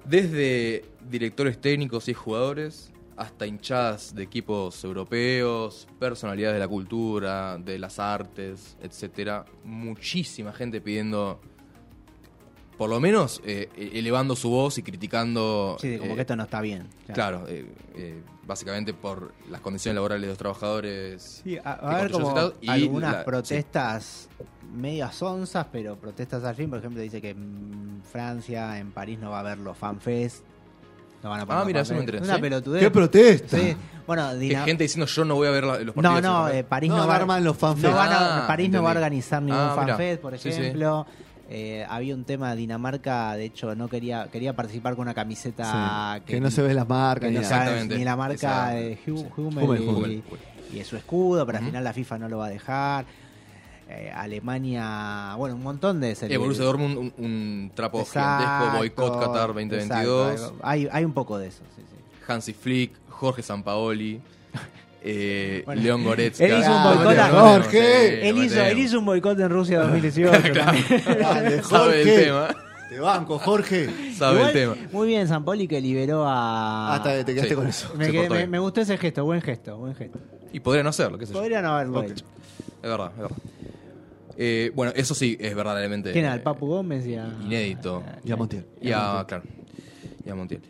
[SPEAKER 3] Desde directores técnicos y jugadores hasta hinchadas de equipos europeos, personalidades de la cultura, de las artes, etcétera, muchísima gente pidiendo, por lo menos eh, elevando su voz y criticando.
[SPEAKER 4] Sí, de como
[SPEAKER 3] eh,
[SPEAKER 4] que esto no está bien.
[SPEAKER 3] Claro, eh, eh, básicamente por las condiciones laborales de los trabajadores.
[SPEAKER 4] Sí, a,
[SPEAKER 3] que
[SPEAKER 4] a ver
[SPEAKER 3] construyó
[SPEAKER 4] como
[SPEAKER 3] Estado y
[SPEAKER 4] algunas
[SPEAKER 3] la- sí.
[SPEAKER 4] protestas medias onzas, pero protestas al fin. Por ejemplo, dice que en Francia, en París, no va a haber los fanfest. No van a poner
[SPEAKER 3] Ah,
[SPEAKER 4] los
[SPEAKER 3] mira, eso me
[SPEAKER 4] fanfest.
[SPEAKER 3] interesa,
[SPEAKER 4] Una
[SPEAKER 3] ¿sí?
[SPEAKER 4] pelotudez.
[SPEAKER 2] ¡Qué protesta!
[SPEAKER 4] Sí. Bueno,
[SPEAKER 3] Que
[SPEAKER 4] Dina-
[SPEAKER 3] gente diciendo yo no voy a ver la- los
[SPEAKER 4] No,
[SPEAKER 3] partidos.
[SPEAKER 4] no, eh, París
[SPEAKER 2] No,
[SPEAKER 4] no,
[SPEAKER 2] no
[SPEAKER 4] va a
[SPEAKER 2] arman los fanfests.
[SPEAKER 4] no van a-
[SPEAKER 3] Ah,
[SPEAKER 4] París no va a
[SPEAKER 3] entendí.
[SPEAKER 4] organizar ningún
[SPEAKER 3] Ah, mirá.
[SPEAKER 4] fanfest, por
[SPEAKER 3] Sí, sí.
[SPEAKER 4] ejemplo. Eh, había un tema Dinamarca, de hecho, no quería quería participar con una camiseta
[SPEAKER 2] Sí. Que, no se ven las marcas ni
[SPEAKER 4] que no
[SPEAKER 2] nada.
[SPEAKER 4] saben
[SPEAKER 3] Exactamente.
[SPEAKER 4] ni la marca
[SPEAKER 3] Esa-
[SPEAKER 4] de Hu-
[SPEAKER 3] sí.
[SPEAKER 4] Hummel
[SPEAKER 2] Hummel,
[SPEAKER 4] y-
[SPEAKER 2] Hummel,
[SPEAKER 3] Hummel.
[SPEAKER 4] y, su escudo, pero al
[SPEAKER 3] Ujú.
[SPEAKER 4] final la FIFA no lo va a dejar. Eh, Alemania, bueno, un montón de
[SPEAKER 3] Eh, Borussia Dortmund, un, un trapo gigantesco,
[SPEAKER 4] Exacto,
[SPEAKER 3] boicot Qatar 2022.
[SPEAKER 4] exacto. Hay, hay un poco de eso. sí, sí.
[SPEAKER 3] Hansi Flick, Jorge Sampaoli, eh,
[SPEAKER 4] [laughs] Bueno.
[SPEAKER 3] León Goretzka.
[SPEAKER 4] Él hizo
[SPEAKER 3] No
[SPEAKER 4] un boicot
[SPEAKER 3] metemos,
[SPEAKER 4] a-
[SPEAKER 3] no metemos,
[SPEAKER 2] Jorge.
[SPEAKER 3] sí, no
[SPEAKER 4] él, hizo,
[SPEAKER 3] metemos.
[SPEAKER 4] él hizo un boicot
[SPEAKER 3] [laughs]
[SPEAKER 4] en Rusia 2018. también.
[SPEAKER 2] Dale,
[SPEAKER 3] Sabe el
[SPEAKER 2] Jorge.
[SPEAKER 3] tema.
[SPEAKER 2] Te banco, Jorge.
[SPEAKER 3] Sabe
[SPEAKER 4] Igual,
[SPEAKER 3] el tema.
[SPEAKER 4] Muy bien, San Poli que liberó a.
[SPEAKER 2] Hasta que te quedaste
[SPEAKER 3] Ah, Sí.
[SPEAKER 2] con eso.
[SPEAKER 4] me,
[SPEAKER 3] se
[SPEAKER 4] quedé-
[SPEAKER 3] portó
[SPEAKER 4] me-
[SPEAKER 3] bien.
[SPEAKER 4] me gustó ese gesto, buen gesto, buen gesto.
[SPEAKER 3] Y podría no hacerlo, qué sé yo.
[SPEAKER 4] Podría no haberlo
[SPEAKER 2] Ok.
[SPEAKER 4] hecho.
[SPEAKER 3] Es verdad, es verdad. Eh, bueno, eso sí, es verdaderamente.
[SPEAKER 4] ¿Quién era?
[SPEAKER 3] eh,
[SPEAKER 4] ¿El Papu Ah, Gómez? Y a-
[SPEAKER 3] Inédito.
[SPEAKER 2] Y a Montiel.
[SPEAKER 3] Y a, claro, y a Montiel.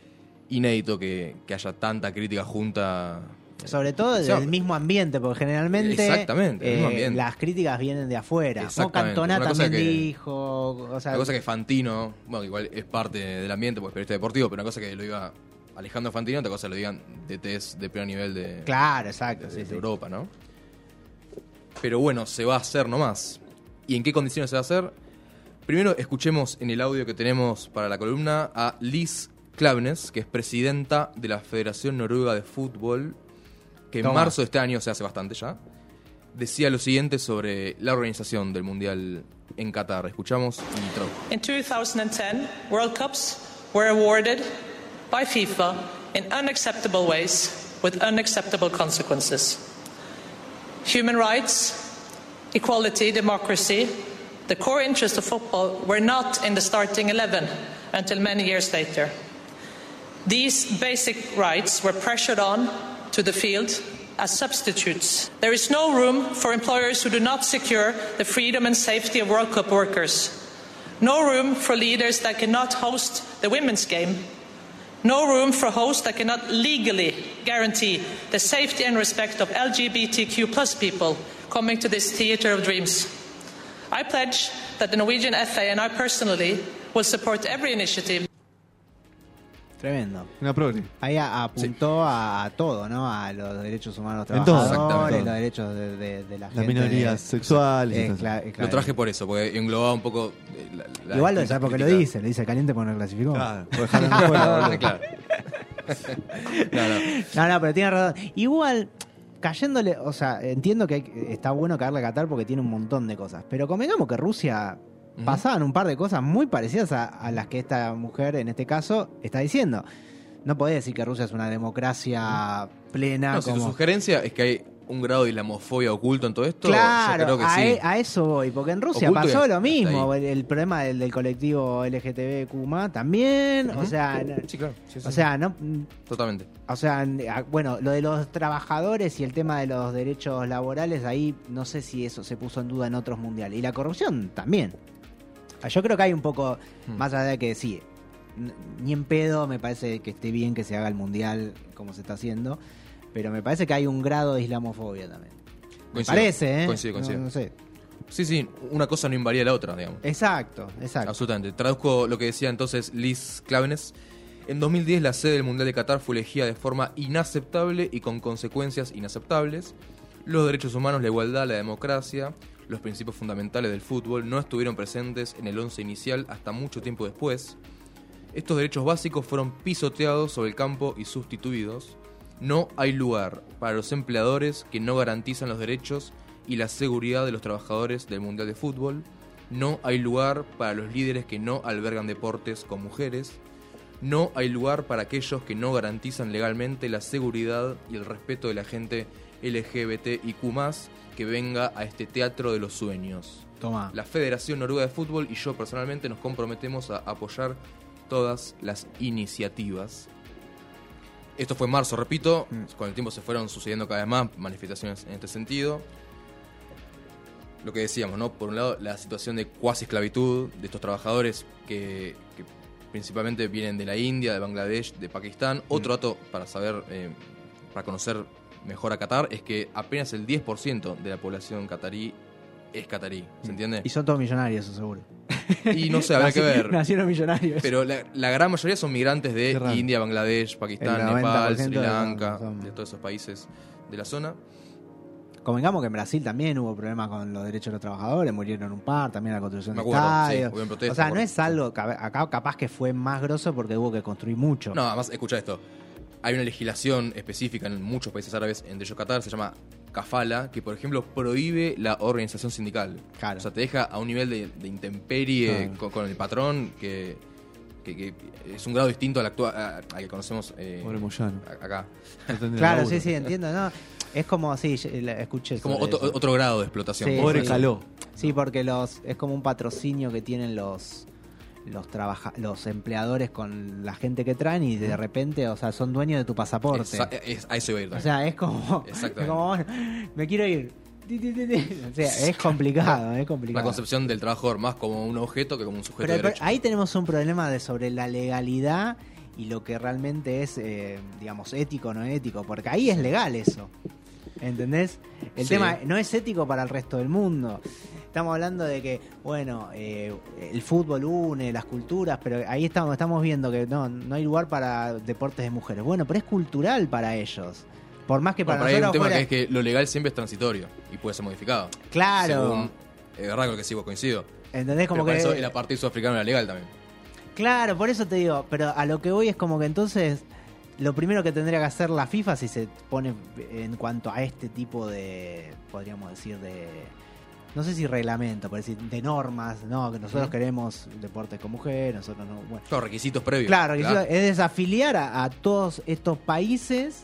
[SPEAKER 3] Inédito que, que haya tanta crítica junta
[SPEAKER 4] Sobre todo
[SPEAKER 3] Eh, Sí,
[SPEAKER 4] del mismo ambiente, porque generalmente
[SPEAKER 3] Exactamente, del mismo
[SPEAKER 4] eh,
[SPEAKER 3] ambiente.
[SPEAKER 4] las críticas vienen de afuera. Como
[SPEAKER 3] Exactamente,
[SPEAKER 4] Cantona
[SPEAKER 3] una cosa
[SPEAKER 4] también
[SPEAKER 3] que-
[SPEAKER 4] dijo, o sea,
[SPEAKER 3] Una cosa que Fantino, bueno, igual es parte del ambiente, porque es periodista deportivo, pero una cosa que lo diga Alejandro Fantino, otra cosa que lo digan DTs de primer nivel de,
[SPEAKER 4] claro,
[SPEAKER 3] de-
[SPEAKER 4] exacto,
[SPEAKER 3] de
[SPEAKER 4] sí, sí.
[SPEAKER 3] Europa, ¿no? Pero bueno, se va a hacer nomás. ¿Y en qué condiciones se va a hacer? Primero escuchemos en el audio que tenemos para la columna a Liz Klavenes, que es presidenta de la Federación Noruega de Fútbol, que en
[SPEAKER 4] Toma.
[SPEAKER 3] marzo de este año, o sea, hace bastante ya, decía lo siguiente sobre la organización del Mundial en Qatar. Escuchamos y traducimos.
[SPEAKER 5] In 2010, World Cups were awarded by FIFA in unacceptable ways with unacceptable consequences. Human rights, equality, democracy, the core interests of football were not in the starting 11 until many years later. These basic rights were pressured on to the field as substitutes. There is no room for employers who do not secure the freedom and safety of World Cup workers. No room for leaders that cannot host the women's game. No room for hosts that cannot legally guarantee the safety and respect of LGBTQ plus people coming to this theatre of dreams. I pledge that the Norwegian FA and I personally will support every initiative
[SPEAKER 4] Tremendo.
[SPEAKER 2] Una progre.
[SPEAKER 4] Ahí a- apuntó a, a todo, ¿no? A los derechos humanos
[SPEAKER 2] En todo.
[SPEAKER 4] trabajadores,
[SPEAKER 2] Exactamente.
[SPEAKER 4] los derechos de, de- de la
[SPEAKER 2] Las
[SPEAKER 4] gente.
[SPEAKER 2] minorías sexuales.
[SPEAKER 4] Eh,
[SPEAKER 2] esas-
[SPEAKER 4] cla- eh,
[SPEAKER 3] Lo
[SPEAKER 4] claro.
[SPEAKER 3] traje por eso, porque englobaba un poco. eh, la- la-
[SPEAKER 4] Igual lo
[SPEAKER 3] distintas
[SPEAKER 4] sabe porque lo
[SPEAKER 3] críticas.
[SPEAKER 4] dice, lo dice caliente porque no clasificó.
[SPEAKER 2] Claro, por
[SPEAKER 4] [laughs]
[SPEAKER 2] dejar en
[SPEAKER 3] Ah,
[SPEAKER 2] fuera,
[SPEAKER 3] bueno,
[SPEAKER 2] boludo.
[SPEAKER 3] claro. No, no.
[SPEAKER 4] No, no, pero tiene razón. Igual, cayéndole, o sea, entiendo que hay que- está bueno caerle a Qatar porque tiene un montón de cosas. Pero convengamos que Rusia
[SPEAKER 3] Ujú.
[SPEAKER 4] pasaban un par de cosas muy parecidas a, a las que esta mujer, en este caso, está diciendo. No podés decir que Rusia es una democracia plena.
[SPEAKER 3] No, si tu
[SPEAKER 4] como-
[SPEAKER 3] sugerencia es que hay un grado de islamofobia oculto en todo esto,
[SPEAKER 4] Claro,
[SPEAKER 3] yo creo que
[SPEAKER 4] a,
[SPEAKER 3] sí.
[SPEAKER 4] e- a eso voy, porque en Rusia
[SPEAKER 3] Oculto y
[SPEAKER 4] pasó
[SPEAKER 3] hasta
[SPEAKER 4] lo mismo,
[SPEAKER 3] ahí.
[SPEAKER 4] el, el problema del, del colectivo LGTBQ también, o
[SPEAKER 3] Ujú.
[SPEAKER 4] sea, no-
[SPEAKER 3] Sí, claro. sí, sí,
[SPEAKER 4] o sea, no,
[SPEAKER 3] totalmente.
[SPEAKER 4] O sea, n- a- bueno, lo de los trabajadores y el tema de los derechos laborales, ahí no sé si eso se puso en duda en otros mundiales. Y la corrupción también. Ah, Yo creo que hay un poco,
[SPEAKER 3] Hmm.
[SPEAKER 4] más allá de que sí, n- ni en pedo me parece que esté bien que se haga el mundial como se está haciendo, pero me parece que hay un grado de islamofobia también. Me
[SPEAKER 3] Coincido,
[SPEAKER 4] parece, ¿eh?
[SPEAKER 3] coincido, coincido.
[SPEAKER 4] No, no sé.
[SPEAKER 3] Sí, sí, una cosa no invalida la otra, digamos.
[SPEAKER 4] Exacto, exacto.
[SPEAKER 3] Absolutamente. Traduzco lo que decía entonces Liz Clavenes. En 2010 la sede del Mundial de Qatar fue elegida de forma inaceptable y con consecuencias inaceptables. Los derechos humanos, la igualdad, la democracia, los principios fundamentales del fútbol no estuvieron presentes en el once inicial hasta mucho tiempo después. Estos derechos básicos fueron pisoteados sobre el campo y sustituidos. No hay lugar para los empleadores que no garantizan los derechos y la seguridad de los trabajadores del Mundial de Fútbol. No hay lugar para los líderes que no albergan deportes con mujeres. No hay lugar para aquellos que no garantizan legalmente la seguridad y el respeto de la gente LGBT y Q que venga a este teatro de los sueños.
[SPEAKER 4] Toma.
[SPEAKER 3] La Federación Noruega de Fútbol y yo personalmente nos comprometemos a apoyar todas las iniciativas. Esto fue en marzo, repito,
[SPEAKER 4] Mm.
[SPEAKER 3] con el tiempo se fueron sucediendo cada vez más manifestaciones en este sentido. Lo que decíamos, ¿no? Por un lado, la situación de cuasi esclavitud de estos trabajadores que, que principalmente vienen de la India, de Bangladesh, de
[SPEAKER 4] Mm.
[SPEAKER 3] Pakistán. Otro dato para saber, eh, para conocer mejor a Qatar, es que apenas el 10% de la población catarí es catarí, ¿se entiende?
[SPEAKER 4] Mm. Y son todos millonarios, eso seguro.
[SPEAKER 3] Y no sé, habrá que
[SPEAKER 4] Naci-
[SPEAKER 3] ver.
[SPEAKER 4] [laughs] Nacieron millonarios.
[SPEAKER 3] Pero la, la gran mayoría son migrantes de
[SPEAKER 2] Qué raro.
[SPEAKER 3] India, Bangladesh, Pakistán,
[SPEAKER 4] El
[SPEAKER 3] Nepal, Sri
[SPEAKER 4] 90% de-
[SPEAKER 3] Lanka,
[SPEAKER 4] son-
[SPEAKER 3] de todos esos países de la zona.
[SPEAKER 4] Convengamos que en Brasil también hubo problemas con los derechos de los trabajadores, murieron un par, también la construcción
[SPEAKER 3] Me
[SPEAKER 4] de
[SPEAKER 3] acuerdo, sí,
[SPEAKER 4] estadios.
[SPEAKER 3] hubieron protestas,
[SPEAKER 4] o sea,
[SPEAKER 3] me
[SPEAKER 4] no
[SPEAKER 3] acuerdo.
[SPEAKER 4] es algo, que- acá capaz que fue más grosso porque hubo que construir mucho.
[SPEAKER 3] No, además, escucha esto. Hay una legislación específica en muchos países árabes, entre ellos Qatar, se llama Kafala, que por ejemplo prohíbe la organización sindical.
[SPEAKER 4] Claro. Ah.
[SPEAKER 3] O sea, te deja a un nivel de, de intemperie
[SPEAKER 4] Claro.
[SPEAKER 3] con, con el patrón que, que- que es un grado distinto al actual, a- al que conocemos eh,
[SPEAKER 2] Pobre Moyano.
[SPEAKER 3] a- acá.
[SPEAKER 2] no tendría
[SPEAKER 4] claro,
[SPEAKER 2] laburo.
[SPEAKER 4] sí, sí, entiendo, ¿no? Es como, sí, ye- la- escuché
[SPEAKER 3] Es como
[SPEAKER 4] sobre
[SPEAKER 3] otro,
[SPEAKER 4] eso.
[SPEAKER 3] otro grado de explotación.
[SPEAKER 4] Sí,
[SPEAKER 2] Pobre
[SPEAKER 4] sí.
[SPEAKER 2] Caló.
[SPEAKER 4] Sí, porque los es como un patrocinio que tienen los los trabaja los empleadores con la gente que traen y de repente, o sea, son dueños de tu pasaporte.
[SPEAKER 3] Exa- es- a eso iba a ir
[SPEAKER 4] O
[SPEAKER 3] también.
[SPEAKER 4] sea, es como, es
[SPEAKER 3] Exactamente.
[SPEAKER 4] como bueno, me quiero ir. Ti, ti, ti, ti. O sea, es complicado, es
[SPEAKER 3] La
[SPEAKER 4] complicado.
[SPEAKER 3] concepción del trabajador más como un objeto que como un sujeto
[SPEAKER 4] Pero,
[SPEAKER 3] de
[SPEAKER 4] pero
[SPEAKER 3] derecho.
[SPEAKER 4] ahí tenemos un problema de sobre la legalidad y lo que realmente es, eh, digamos, ético o no ético, porque ahí es legal eso. ¿Entendés? El
[SPEAKER 3] Sí.
[SPEAKER 4] tema no es ético para el resto del mundo. Estamos hablando de que, bueno, eh, el fútbol une las culturas, pero ahí estamos, estamos viendo que no, no hay lugar para deportes de mujeres. Bueno, pero es cultural para ellos. Por más que
[SPEAKER 3] Bueno,
[SPEAKER 4] para
[SPEAKER 3] pero hay un
[SPEAKER 4] nosotros
[SPEAKER 3] tema
[SPEAKER 4] fuera-
[SPEAKER 3] que es que lo legal siempre es transitorio y puede ser modificado.
[SPEAKER 4] Claro.
[SPEAKER 3] Según- es verdad con lo que sí vos coincido.
[SPEAKER 4] ¿Entendés? Como
[SPEAKER 3] pero para
[SPEAKER 4] que...
[SPEAKER 3] eso el apartheid sudafricano era legal también.
[SPEAKER 4] Claro, por eso te digo, pero a lo que voy es como que entonces lo primero que tendría que hacer la FIFA si se pone en cuanto a este tipo de, podríamos decir, de, no sé si reglamento, pero decir, de normas, no, que nosotros
[SPEAKER 3] Ujú.
[SPEAKER 4] queremos deportes con mujeres, nosotros no... Bueno.
[SPEAKER 3] Claro, requisitos previos.
[SPEAKER 4] Claro, que eso es desafiliar a, a todos estos países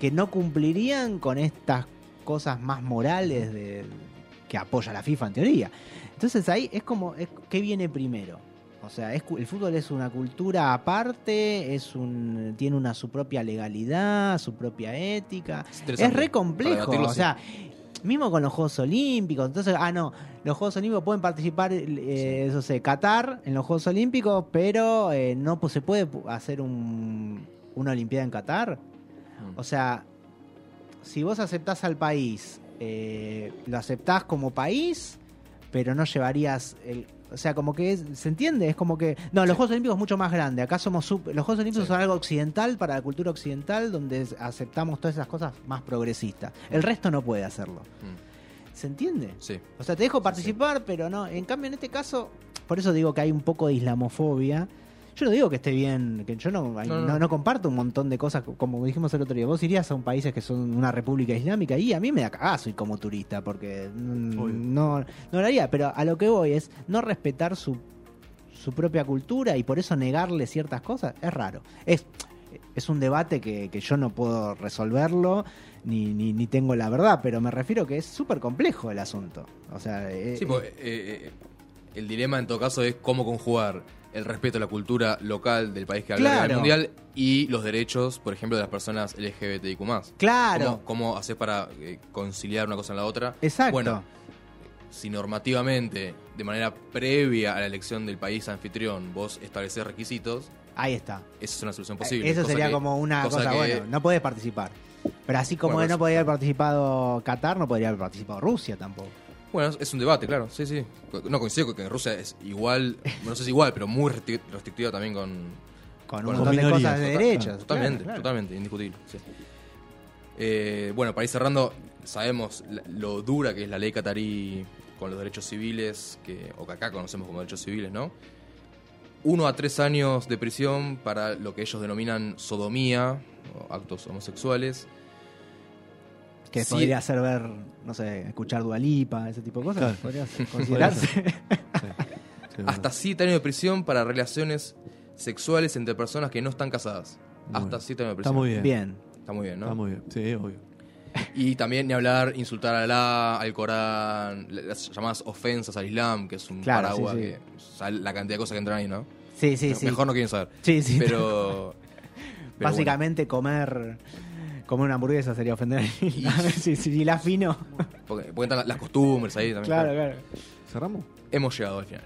[SPEAKER 4] que no cumplirían con estas cosas más morales de- que apoya la FIFA en teoría. Entonces ahí es como, es, ¿qué viene primero? O sea, es cu- el fútbol es una cultura aparte, es un, tiene una su propia legalidad, su propia ética. Es
[SPEAKER 3] interesante.
[SPEAKER 4] re
[SPEAKER 3] Para
[SPEAKER 4] complejo.
[SPEAKER 3] debatirlo,
[SPEAKER 4] O
[SPEAKER 3] sí.
[SPEAKER 4] sea, mismo con los Juegos Olímpicos. Entonces, ah, no, los Juegos Olímpicos pueden participar, eh, eso sé, Qatar en los Juegos Olímpicos, pero eh, no pues, se puede pu- hacer un- una Olimpiada en Qatar.
[SPEAKER 3] Mm.
[SPEAKER 4] O sea, si vos aceptás al país, eh, lo aceptás como país, pero no llevarías el. O sea, como que es- se entiende, es como que. No, los Juegos Olímpicos es mucho más grande. Acá somos. sup- los Juegos Olímpicos
[SPEAKER 3] Sí.
[SPEAKER 4] son algo occidental para la cultura occidental, donde es- aceptamos todas esas cosas más progresistas. El resto no puede hacerlo.
[SPEAKER 3] Mm.
[SPEAKER 4] ¿Se entiende?
[SPEAKER 3] Sí.
[SPEAKER 4] O sea, te dejo participar, pero no. En cambio, en este caso, por eso digo que hay un poco de islamofobia. Yo no digo que esté bien, que yo no,
[SPEAKER 3] no,
[SPEAKER 4] no,
[SPEAKER 3] no.
[SPEAKER 4] no comparto un montón de cosas, como dijimos el otro día. Vos irías a un país que son una república islámica y a mí me da cagazo ir como turista, porque mm,
[SPEAKER 2] Obvio.
[SPEAKER 4] no, no lo haría. Pero a lo que voy es no respetar su, su propia cultura y por eso negarle ciertas cosas es raro. Es, es un debate que, que yo no puedo resolverlo ni, ni, ni tengo la verdad, pero me refiero que es súper complejo el asunto. O sea, eh,
[SPEAKER 3] Sí, porque, eh, eh, el dilema en todo caso es cómo conjugar el respeto a la cultura local del país que alberga el
[SPEAKER 4] Claro.
[SPEAKER 3] mundial y los derechos, por ejemplo, de las personas LGBTIQ+.
[SPEAKER 4] claro.
[SPEAKER 3] ¿Cómo, cómo haces para eh, conciliar una cosa en la otra?
[SPEAKER 4] Exacto.
[SPEAKER 3] Bueno, si normativamente, de manera previa a la elección del país anfitrión, vos estableces requisitos,
[SPEAKER 4] Ahí está.
[SPEAKER 3] esa es una solución posible.
[SPEAKER 4] Eh, Eso
[SPEAKER 3] Cosa
[SPEAKER 4] sería
[SPEAKER 3] que-
[SPEAKER 4] como una
[SPEAKER 3] cosa
[SPEAKER 4] cosa,
[SPEAKER 3] que-
[SPEAKER 4] bueno, no podés participar. Pero así como
[SPEAKER 3] Bueno, pues,
[SPEAKER 4] no
[SPEAKER 3] eso-
[SPEAKER 4] podía haber participado Qatar, no podría haber participado Rusia tampoco.
[SPEAKER 3] Bueno, es un debate, claro, sí, sí. No coincido con que Rusia es
[SPEAKER 4] [laughs]
[SPEAKER 3] igual, no sé si igual, pero muy restric- restrictiva también con,
[SPEAKER 4] Con un
[SPEAKER 3] Con
[SPEAKER 4] montón de
[SPEAKER 2] minorías,
[SPEAKER 4] cosas de
[SPEAKER 3] Total-
[SPEAKER 4] derechos.
[SPEAKER 3] Totalmente,
[SPEAKER 4] claro, claro.
[SPEAKER 3] totalmente, indiscutible. sí. Eh, bueno, para ir cerrando, sabemos la- lo dura que es la ley catarí con los derechos civiles, que, o que acá conocemos como derechos civiles, ¿no? Uno a tres años de prisión para lo que ellos denominan sodomía, o actos homosexuales.
[SPEAKER 4] Que
[SPEAKER 3] Sí.
[SPEAKER 4] podría hacer ver, no sé, escuchar Dualipa, ese tipo de cosas.
[SPEAKER 2] Claro.
[SPEAKER 4] Podría ser- considerarse.
[SPEAKER 2] Sí,
[SPEAKER 3] Hasta siete años de prisión para relaciones sexuales entre personas que no están casadas.
[SPEAKER 2] Bueno,
[SPEAKER 3] Hasta siete años de
[SPEAKER 2] Está
[SPEAKER 3] prisión.
[SPEAKER 2] muy bien.
[SPEAKER 4] [laughs] Bien.
[SPEAKER 3] Está muy bien, ¿no?
[SPEAKER 2] Está muy bien. Sí, obvio.
[SPEAKER 3] Y también ni hablar, insultar a Alá, al Corán, las llamadas ofensas al Islam, que es un
[SPEAKER 4] Claro,
[SPEAKER 3] paraguas
[SPEAKER 4] sí, sí.
[SPEAKER 3] que. o sea, la cantidad de cosas que entran ahí, ¿no?
[SPEAKER 4] Sí, sí,
[SPEAKER 3] No,
[SPEAKER 4] sí.
[SPEAKER 3] Mejor no quieren saber.
[SPEAKER 4] Sí, sí. [laughs]
[SPEAKER 3] Pero. pero
[SPEAKER 4] Básicamente comer comer una hamburguesa sería ofender. [laughs] si, si la afino.
[SPEAKER 3] bueno, porque, porque entran las costumbres ahí también.
[SPEAKER 4] Claro,
[SPEAKER 3] claro.
[SPEAKER 4] claro.
[SPEAKER 2] ¿Cerramos?
[SPEAKER 3] Hemos llegado al final.